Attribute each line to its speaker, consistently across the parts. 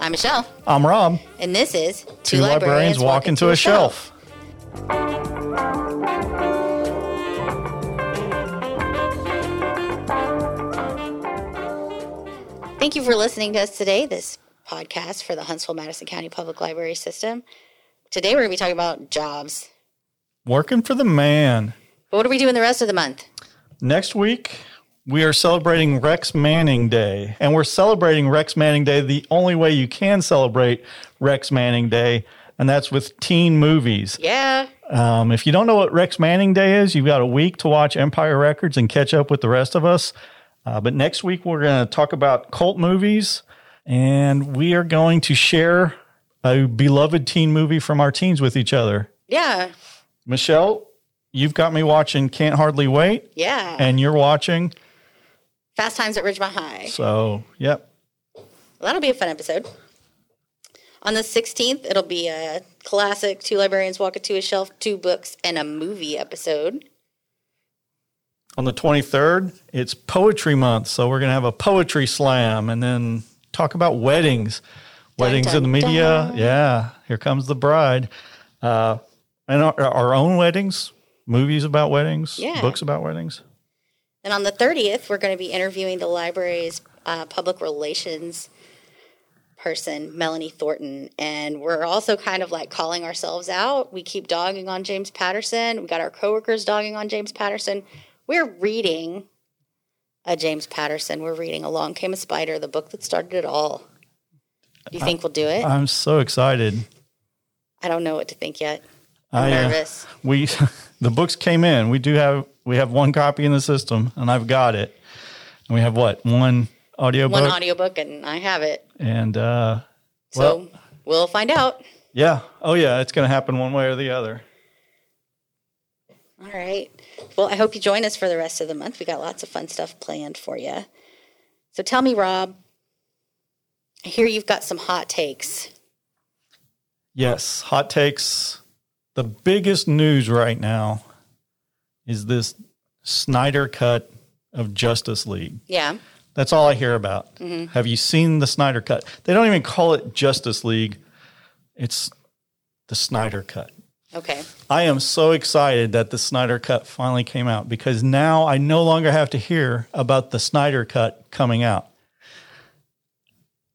Speaker 1: I'm Michelle,
Speaker 2: I'm Rob.
Speaker 1: and this is
Speaker 2: Two, librarians, walk into a shelf.
Speaker 1: Thank you for listening to us today, this podcast for the Huntsville Madison County Public Library System. Today we're going to be talking about jobs.
Speaker 2: Working for the man.
Speaker 1: But what are we doing the rest of the month?
Speaker 2: Next week, we are celebrating Rex Manning Day. And we're celebrating Rex Manning Day the only way you can celebrate Rex Manning Day, and that's with teen movies.
Speaker 1: Yeah.
Speaker 2: Um, if you don't know what Rex Manning Day is, you've got a week to watch Empire Records and catch up with the rest of us. Uh, but next week, we're going to talk about cult movies, and we are going to share a beloved teen movie from our teens with each other.
Speaker 1: Yeah.
Speaker 2: Michelle, you've got me watching Can't Hardly Wait,
Speaker 1: Yeah.
Speaker 2: and you're watching.
Speaker 1: Fast Times at Ridgemont High.
Speaker 2: So, yep.
Speaker 1: Well, that'll be a fun episode. On the 16th, it'll be a classic Two Librarians Walk Into a Shelf, two books, and a movie episode.
Speaker 2: On the 23rd, it's Poetry Month. So, we're going to have a poetry slam and then talk about weddings. Weddings in the
Speaker 1: dun,
Speaker 2: media.
Speaker 1: dun.
Speaker 2: Yeah. Here comes the bride. Uh, and our, our own weddings, movies about weddings,
Speaker 1: Yeah.
Speaker 2: books about weddings.
Speaker 1: And on the 30th, we're going to be interviewing the library's uh, public relations person, Melanie Thornton. And we're also kind of like calling ourselves out. We keep dogging on James Patterson. We got our coworkers dogging on James Patterson. We're reading a James Patterson. We're reading Along Came a Spider, the book that started it all. Do you think we'll do it?
Speaker 2: I'm so excited.
Speaker 1: I don't know what to think yet. I'm
Speaker 2: I, uh,
Speaker 1: nervous.
Speaker 2: we the books came in. We do have we have one copy in the system, and I've got it. And we have what one audio
Speaker 1: One
Speaker 2: book,
Speaker 1: audiobook and I have it.
Speaker 2: and uh, well,
Speaker 1: So we'll find out.
Speaker 2: yeah, oh yeah, it's going to happen one way or the other.
Speaker 1: All right. Well, I hope you join us for the rest of the month. We got lots of fun stuff planned for you. So tell me, Rob, I hear you've got some hot takes.
Speaker 2: Yes, hot takes. The biggest news right now is this Snyder cut of Justice League.
Speaker 1: Yeah.
Speaker 2: That's all I hear about. Have you seen the Snyder Cut? They don't even call it Justice League. It's the Snyder Cut.
Speaker 1: Okay.
Speaker 2: I am so excited that the Snyder Cut finally came out because now I no longer have to hear about the Snyder Cut coming out.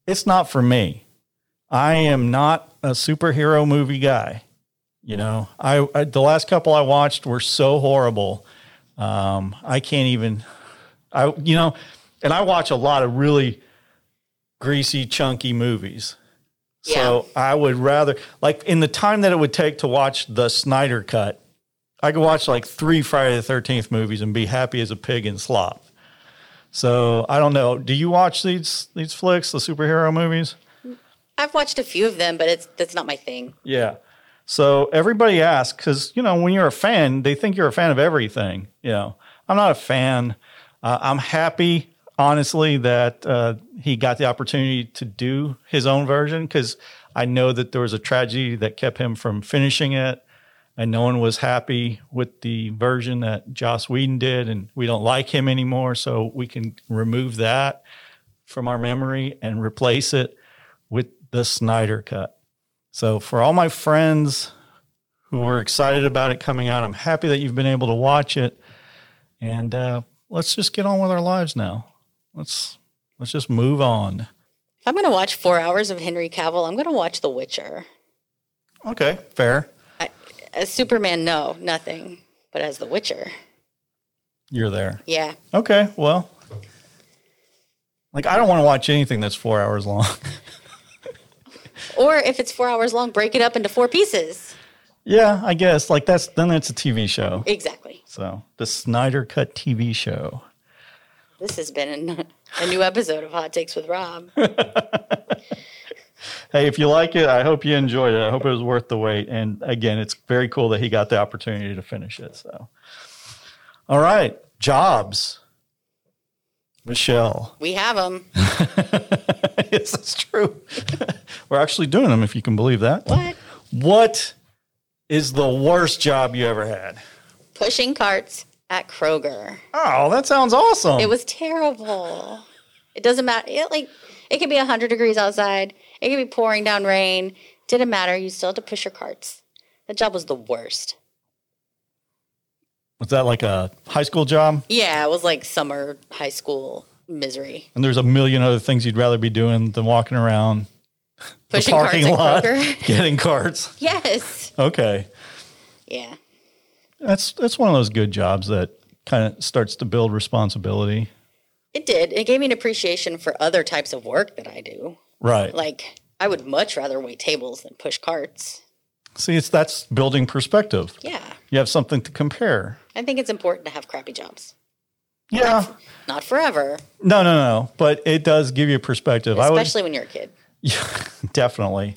Speaker 2: It's not for me. I am not a superhero movie guy. You know, I, I the last couple I watched were so horrible. Um, I can't even. I you know, and I watch a lot of really greasy, chunky movies. So I would rather like in the time that it would take to watch the Snyder cut, I could watch like three Friday the thirteenth movies and be happy as a pig in slop. So I don't know. Do you watch these these flicks, the superhero movies?
Speaker 1: I've watched a few of them, but it's that's not my thing.
Speaker 2: Yeah. So everybody asks because you know when you're a fan, they think you're a fan of everything. You know, I'm not a fan. Uh, I'm happy, honestly, that uh, he got the opportunity to do his own version because I know that there was a tragedy that kept him from finishing it, and no one was happy with the version that Joss Whedon did, and we don't like him anymore, so we can remove that from our memory and replace it with the Snyder cut. So, for all my friends who were excited about it coming out, I'm happy that you've been able to watch it. And uh, let's just get on with our lives now. Let's let's just move on.
Speaker 1: If I'm going to watch four hours of Henry Cavill, I'm going to watch The Witcher.
Speaker 2: Okay, fair.
Speaker 1: I, as Superman, no, nothing. But as The Witcher,
Speaker 2: You're there.
Speaker 1: yeah.
Speaker 2: Okay, well, like I don't want to watch anything that's four hours long.
Speaker 1: Or if it's four hours long, break it up into four pieces.
Speaker 2: yeah, I guess like that's then it's a TV show.
Speaker 1: Exactly.
Speaker 2: So the Snyder Cut TV show.
Speaker 1: This has been an, a new episode of Hot Takes with Rob.
Speaker 2: Hey, if you like it, I hope you enjoyed it. I hope it was worth the wait. And again, it's very cool that he got the opportunity to finish it. So, all right, jobs. Michelle,
Speaker 1: We have them.
Speaker 2: yes, that's true. We're actually doing them, if you can believe that.
Speaker 1: What?
Speaker 2: What is the worst job you ever had?
Speaker 1: Pushing carts at Kroger.
Speaker 2: Oh, that sounds awesome.
Speaker 1: It was terrible. It doesn't matter. It like it could be 100 degrees outside. It could be pouring down rain. Didn't matter. You still had to push your carts. That job was the worst.
Speaker 2: Was that like a high school job?
Speaker 1: Yeah, it was like summer high school misery.
Speaker 2: And there's a million other things you'd rather be doing than walking around
Speaker 1: Pushing
Speaker 2: the parking lot,
Speaker 1: carts at Kroger.
Speaker 2: getting carts.
Speaker 1: yes.
Speaker 2: Okay.
Speaker 1: Yeah.
Speaker 2: That's that's one of those good jobs that kind of starts to build responsibility.
Speaker 1: It did. It gave me an appreciation for other types of work that I do.
Speaker 2: Right.
Speaker 1: Like, I would much rather wait tables than push carts.
Speaker 2: See, it's that's building perspective.
Speaker 1: Yeah.
Speaker 2: You have something to compare.
Speaker 1: I think it's important to have crappy jobs.
Speaker 2: Yeah.
Speaker 1: Not forever,
Speaker 2: No, no, no. But it does give you perspective. I would
Speaker 1: especially when you're a kid.
Speaker 2: Yeah, definitely.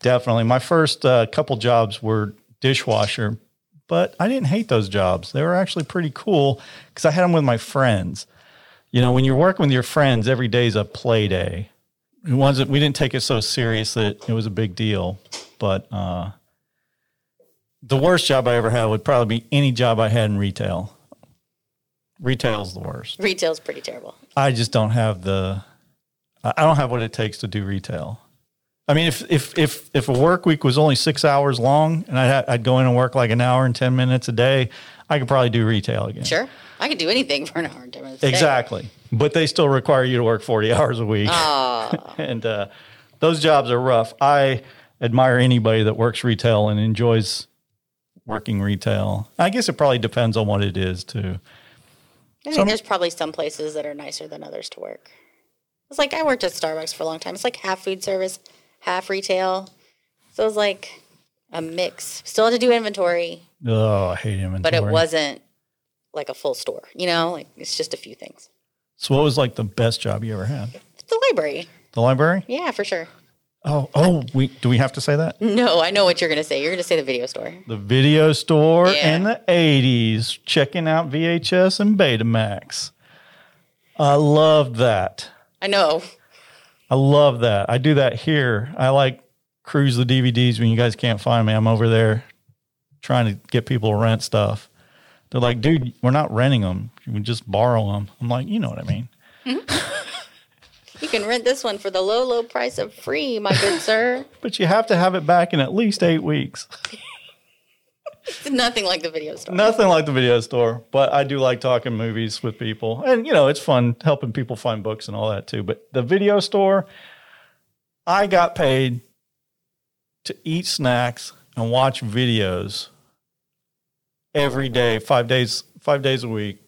Speaker 2: definitely. My first uh, couple jobs were dishwasher, but I didn't hate those jobs. They were actually pretty cool because I had them with my friends. You know, when you're working with your friends, every day is a play day. It wasn't, we didn't take it so serious that it was a big deal, but uh, the worst job I ever had would probably be any job I had in retail. Retail's the worst.
Speaker 1: Retail's pretty terrible.
Speaker 2: I just don't have the I I don't have what it takes to do retail. I mean, if if if if a work week was only six hours long, and I'd ha- I'd go in and work like an hour and ten minutes a day, I could probably do retail again.
Speaker 1: Sure. I could do anything for an hour and 10 minutes. a day.
Speaker 2: Exactly, but they still require you to work forty hours a week,
Speaker 1: Ah,
Speaker 2: and uh, those jobs are rough. I admire anybody that works retail and enjoys working retail. I guess it probably depends on what it is too.
Speaker 1: I think there's probably some places that are nicer than others to work. It's like I worked at Starbucks for a long time. It's like half food service, half retail. So it was like a mix. Still had to do inventory,
Speaker 2: Oh, I hate inventory.
Speaker 1: but it wasn't like a full store, you know? Like it's just a few things.
Speaker 2: So, what was like the best job you ever had?
Speaker 1: The library.
Speaker 2: The library?
Speaker 1: Yeah, for sure.
Speaker 2: Oh, oh, we do we have to say that?
Speaker 1: No, I know what you're going to say. You're going to say the video store.
Speaker 2: The video store
Speaker 1: Yeah.
Speaker 2: in the 80s, checking out VHS and Betamax. I love that.
Speaker 1: I know.
Speaker 2: I love that. I do that here. I like cruise the DVDs when you guys can't find me. I'm over there trying to get people to rent stuff. They're like, dude, we're not renting them. We just borrow them. I'm like, you know what I mean.
Speaker 1: You can rent this one for the low, low price of free, my good sir.
Speaker 2: But you have to have it back in at least eight weeks.
Speaker 1: It's nothing like the video store.
Speaker 2: Nothing like the video store, but I do like talking movies with people. And, you know, it's fun helping people find books and all that too. But the video store, I got paid to eat snacks and watch videos every day, five days, five days a week.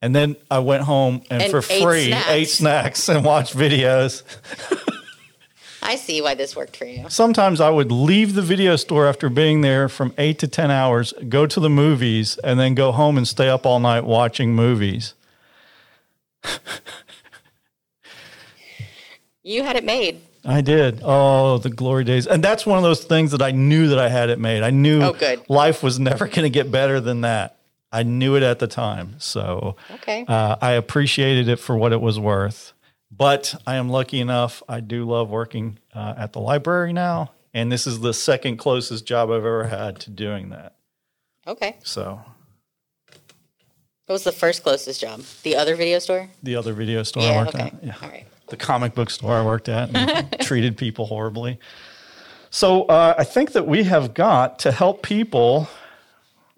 Speaker 2: And then I went home and,
Speaker 1: And
Speaker 2: for
Speaker 1: ate
Speaker 2: free
Speaker 1: snacks.
Speaker 2: ate snacks and watched videos.
Speaker 1: I see why this worked for you.
Speaker 2: sometimes I would leave the video store after being there from eight to 10 hours, go to the movies, and then go home and stay up all night watching movies.
Speaker 1: You had it made.
Speaker 2: I did. Oh, the glory days. And that's one of those things that I knew that I had it made. I knew
Speaker 1: Oh, good.
Speaker 2: life was never going to get better than that. I knew it at the time. So
Speaker 1: Okay.
Speaker 2: uh, I appreciated it for what it was worth. But I am lucky enough. I do love working uh, at the library now. And this is the second closest job I've ever had to doing that.
Speaker 1: Okay.
Speaker 2: So
Speaker 1: What was the first closest job? The other video store?
Speaker 2: the other video store I
Speaker 1: yeah,
Speaker 2: worked
Speaker 1: okay.
Speaker 2: at. Yeah.
Speaker 1: All right.
Speaker 2: The comic book store I worked at and treated people horribly. So uh, I think that we have got to help people.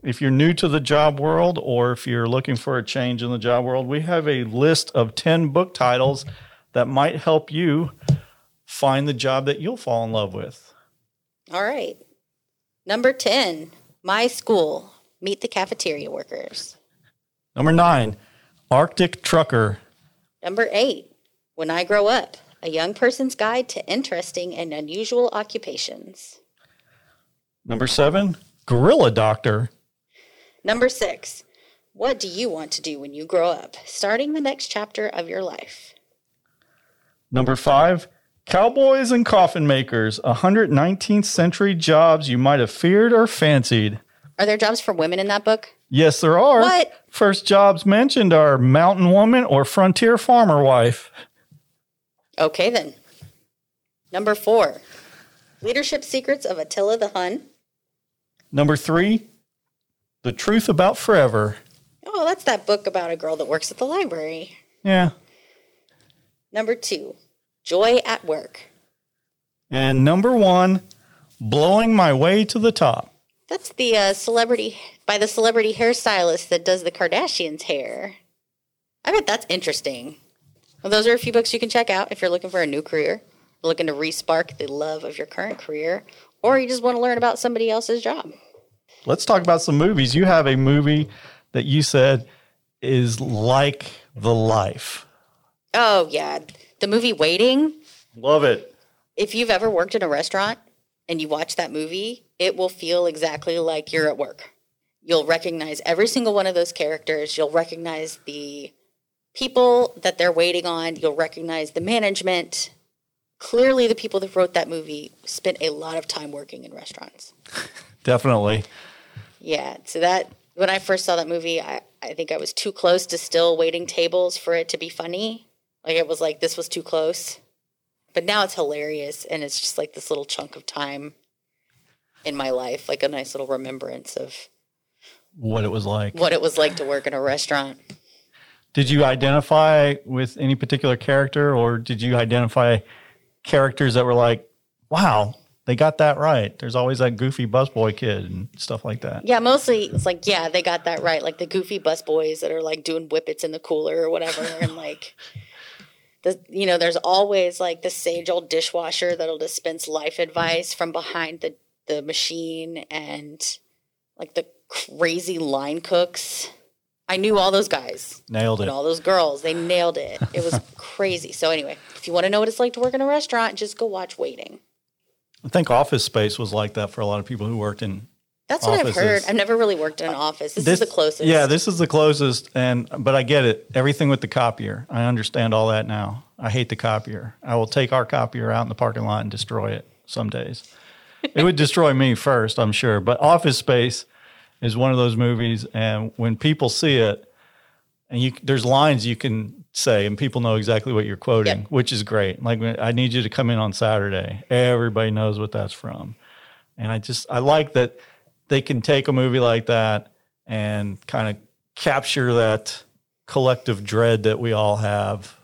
Speaker 2: If you're new to the job world or if you're looking for a change in the job world, we have a list of 10 book titles that might help you find the job that you'll fall in love with.
Speaker 1: All right. Number 10, my school, meet the cafeteria workers.
Speaker 2: Number nine, Arctic Trucker.
Speaker 1: Number 8, when I grow up, a young person's guide to interesting and unusual occupations.
Speaker 2: Number seven, Gorilla Doctor.
Speaker 1: Number 6, what do you want to do when you grow up? Starting the next chapter of your life.
Speaker 2: Number five, Cowboys and Coffin Makers, 119th century jobs you might have feared or fancied.
Speaker 1: Are there jobs for women in that book?
Speaker 2: Yes, there are.
Speaker 1: What?
Speaker 2: First jobs mentioned are mountain woman or frontier farmer wife.
Speaker 1: Okay, then. Number 4, leadership secrets of Attila the Hun.
Speaker 2: Number three, the truth about forever.
Speaker 1: Oh, that's that book about a girl that works at the library.
Speaker 2: Yeah.
Speaker 1: Number two, joy at work.
Speaker 2: And number one, blowing my way to the top.
Speaker 1: That's the uh, celebrity by the celebrity hairstylist that does the Kardashians' hair. I bet that's interesting. Well, those are a few books you can check out if you're looking for a new career, looking to respark the love of your current career, or you just want to learn about somebody else's job.
Speaker 2: Let's talk about some movies. You have a movie that you said is like the life.
Speaker 1: Oh yeah, the movie Waiting.
Speaker 2: Love it.
Speaker 1: If you've ever worked in a restaurant and you watch that movie, it will feel exactly like you're at work. You'll recognize every single one of those characters. You'll recognize the people that they're waiting on. You'll recognize the management. Clearly, the people that wrote that movie spent a lot of time working in restaurants.
Speaker 2: Definitely.
Speaker 1: Yeah. So that when I first saw that movie, I, I think I was too close to still waiting tables for it to be funny. Like it was like this was too close. But now it's hilarious and it's just like this little chunk of time in my life, like a nice little remembrance of
Speaker 2: What it was like.
Speaker 1: what it was like to work in a restaurant.
Speaker 2: Did you identify with any particular character or did you identify characters that were like, wow, they got that right? There's always that goofy busboy kid and stuff like that.
Speaker 1: Yeah, mostly it's like, yeah, they got that right. Like the goofy bus boys that are like doing whippets in the cooler or whatever. And like, the, you know, there's always like the sage old dishwasher that'll dispense life advice from behind the, the machine and like the crazy line cooks. I knew all those guys
Speaker 2: Nailed it.
Speaker 1: and all those girls. They nailed it. It was crazy. So, anyway, if you want to know what it's like to work in a restaurant, just go watch Waiting.
Speaker 2: I think Office Space was like that for a lot of people who worked in
Speaker 1: That's what I've heard.
Speaker 2: Offices.
Speaker 1: I've never really worked in an office. This, is the closest.
Speaker 2: Yeah, this is the closest, and but I get it. Everything with the copier, I understand all that now. I hate the copier. I will take our copier out in the parking lot and destroy it some days. it would destroy me first, I'm sure. But Office Space is one of those movies, and when people see it, and you there's lines you can say, and people know exactly what you're quoting,
Speaker 1: Yep.
Speaker 2: which is great. Like when, I need you to come in on Saturday. Everybody knows what that's from. And I just I like that they can take a movie like that and kind of capture that collective dread that we all have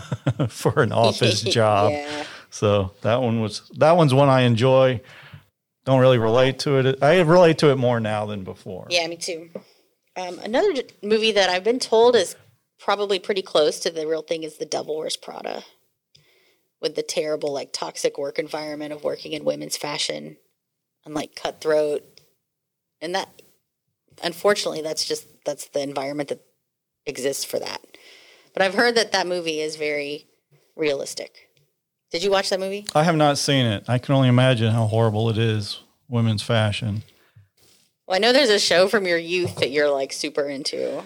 Speaker 2: for an office job.
Speaker 1: yeah.
Speaker 2: So that one was that one's one I enjoy. Don't really relate to it. I relate to it more now than before.
Speaker 1: Yeah, me too. Um, another j- movie that I've been told is probably pretty close to the real thing is The Devil Wears Prada, with the terrible, like, toxic work environment of working in women's fashion and like cutthroat, and that unfortunately, that's just that's the environment that exists for that. But I've heard that that movie is very realistic. Did you watch that movie?
Speaker 2: I have not seen it. I can only imagine how horrible it is. Women's fashion.
Speaker 1: Well, I know there's a show from your youth that you're like super into.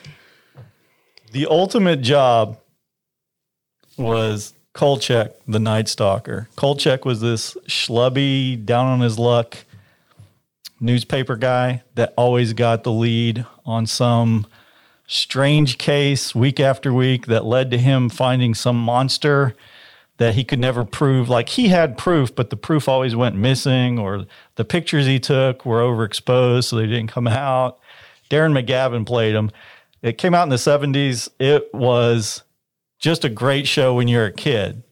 Speaker 2: The ultimate job was Kolchak, the Night Stalker. Kolchak was this schlubby, down on his luck newspaper guy that always got the lead on some strange case week after week that led to him finding some monster that he could never prove. Like he had proof, but the proof always went missing, or the pictures he took were overexposed, so they didn't come out. Darren McGavin played him. It came out in the 70s. It was just a great show when you're a kid.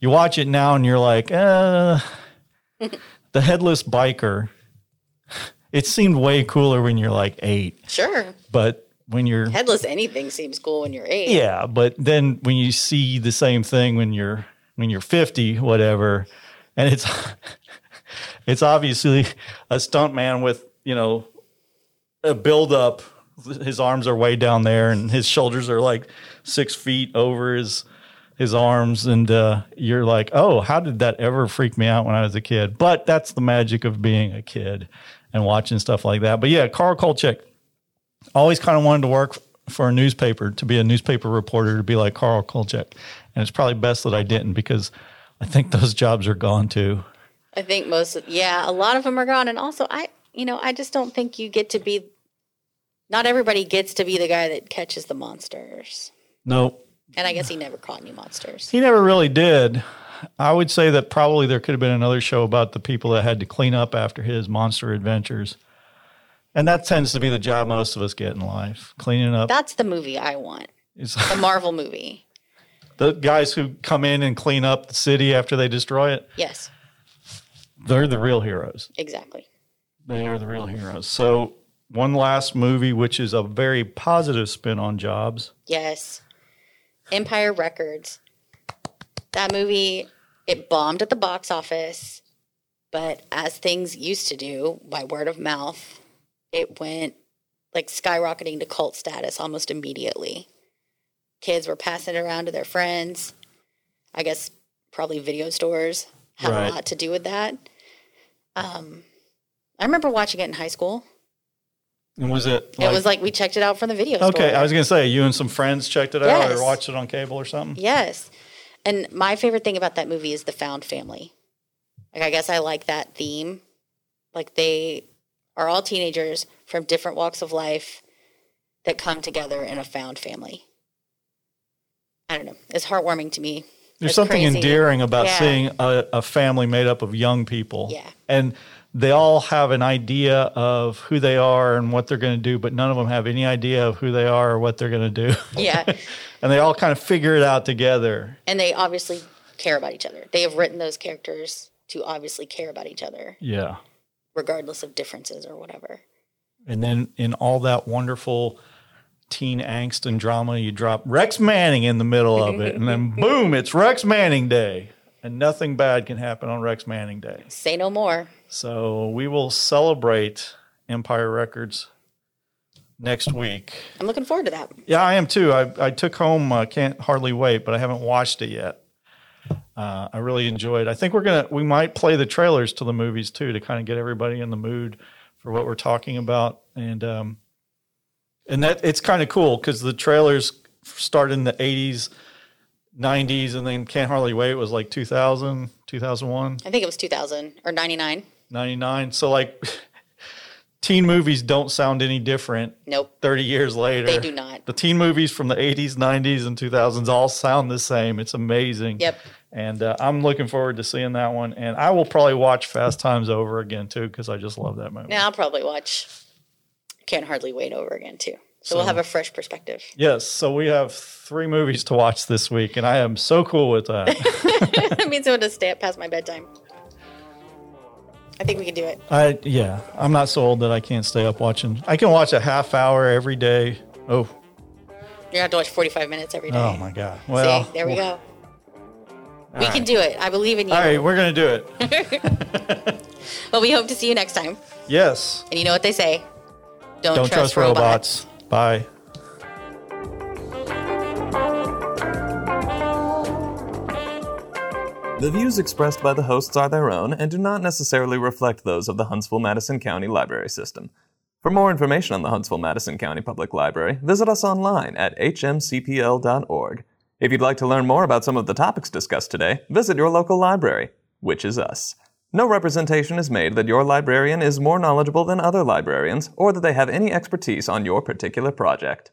Speaker 2: You watch it now and you're like, uh, the headless biker. It seemed way cooler when you're like eight,
Speaker 1: Sure.
Speaker 2: but when you're
Speaker 1: Headless anything seems cool when you're eight.
Speaker 2: yeah, but then when you see the same thing when you're when you're 50, whatever, and it's it's obviously a stunt man with, you know, a build up. His arms are way down there and his shoulders are like six feet over his his arms and uh, you're like, oh, how did that ever freak me out when I was a kid? But that's the magic of being a kid and watching stuff like that. But yeah, Carl Kolchak always kind of wanted to work for a newspaper, to be a newspaper reporter, to be like Carl Kolchak. And it's probably best that I didn't because I think those jobs are gone too.
Speaker 1: I think most of, yeah, a lot of them are gone. And also, I, you know, I just don't think you get to be, not everybody gets to be the guy that catches the monsters.
Speaker 2: Nope.
Speaker 1: And I guess he never caught any monsters.
Speaker 2: He never really did. I would say that probably there could have been another show about the people that had to clean up after his monster adventures. And that tends to be the job most of us get in life cleaning up.
Speaker 1: That's the movie I want
Speaker 2: It's
Speaker 1: the Marvel movie.
Speaker 2: the guys who come in and clean up the city after they destroy it.
Speaker 1: Yes.
Speaker 2: They're the real heroes.
Speaker 1: Exactly.
Speaker 2: They are the real heroes. So, one last movie, which is a very positive spin on jobs.
Speaker 1: Yes. Empire Records. That movie, it bombed at the box office, but as things used to do by word of mouth, it went like skyrocketing to cult status almost immediately. Kids were passing it around to their friends. I guess probably video stores had
Speaker 2: Right.
Speaker 1: a lot to do with that. Um, I remember watching it in high school.
Speaker 2: And was it?
Speaker 1: it was like we checked it out from the video store.
Speaker 2: okay, I was going to say, you and some friends checked it out
Speaker 1: Yes.
Speaker 2: or watched it on cable or something?
Speaker 1: Yes. And my favorite thing about that movie is the found family. Like I guess I like that theme. Like they are all teenagers from different walks of life that come together in a found family. I don't know. It's heartwarming to me.
Speaker 2: There's
Speaker 1: It's
Speaker 2: something
Speaker 1: crazy.
Speaker 2: endearing about
Speaker 1: Yeah.
Speaker 2: seeing a, a family made up of young people.
Speaker 1: Yeah.
Speaker 2: And they all have an idea of who they are and what they're going to do, but none of them have any idea of who they are or what they're going to do.
Speaker 1: Yeah.
Speaker 2: and they all kind of figure it out together.
Speaker 1: and they obviously care about each other. They have written those characters to obviously care about each other,
Speaker 2: Yeah.
Speaker 1: regardless of differences or whatever.
Speaker 2: And then in all that wonderful teen angst and drama, you drop Rex Manning in the middle of it. and then boom, it's Rex Manning Day. And nothing bad can happen on Rex Manning Day.
Speaker 1: Say no more.
Speaker 2: So we will celebrate Empire Records next week.
Speaker 1: I'm looking forward to that.
Speaker 2: Yeah, I am too. I, I took home uh, Can't Hardly Wait, but I haven't watched it yet. Uh, I really enjoyed. I think we're gonna we might play the trailers to the movies too to kind of get everybody in the mood for what we're talking about, and um, and that it's kind of cool because the trailers start in the '80s, '90s, and then Can't Hardly Wait was like 2000, 2001.
Speaker 1: I think it was 2000 or 99.
Speaker 2: 99 so like teen movies don't sound any different
Speaker 1: Nope.
Speaker 2: 30 years later
Speaker 1: They do not.
Speaker 2: the teen movies from the 80s 90s and 2000s all sound the same it's amazing
Speaker 1: Yep.
Speaker 2: and uh, i'm looking forward to seeing that one and i will probably watch fast times over again too because i just love that movie
Speaker 1: Now I'll probably watch Can't Hardly Wait over again too. So, we'll have a fresh perspective.
Speaker 2: yes so we have three movies to watch this week and i am so cool with that
Speaker 1: that means I'm going to stay up past my bedtime. I think we can do it.
Speaker 2: I yeah, I'm not so old that I can't stay up watching. I can watch a half hour every day.
Speaker 1: You're
Speaker 2: Oh,
Speaker 1: going to have to watch 45 minutes every day.
Speaker 2: oh my god. Well,
Speaker 1: See, there we go. We
Speaker 2: right.
Speaker 1: can do it. I believe in you.
Speaker 2: All right, we're gonna do it.
Speaker 1: Well, we hope to see you next time.
Speaker 2: Yes.
Speaker 1: And you know what they say don't,
Speaker 2: Don't trust, robots. Bye.
Speaker 3: The views expressed by the hosts are their own and do not necessarily reflect those of the Huntsville Madison County Library System. For more information on the Huntsville Madison County Public Library, visit us online at hmcpl.org. If you'd like to learn more about some of the topics discussed today, visit your local library, which is us. No representation is made that your librarian is more knowledgeable than other librarians or that they have any expertise on your particular project.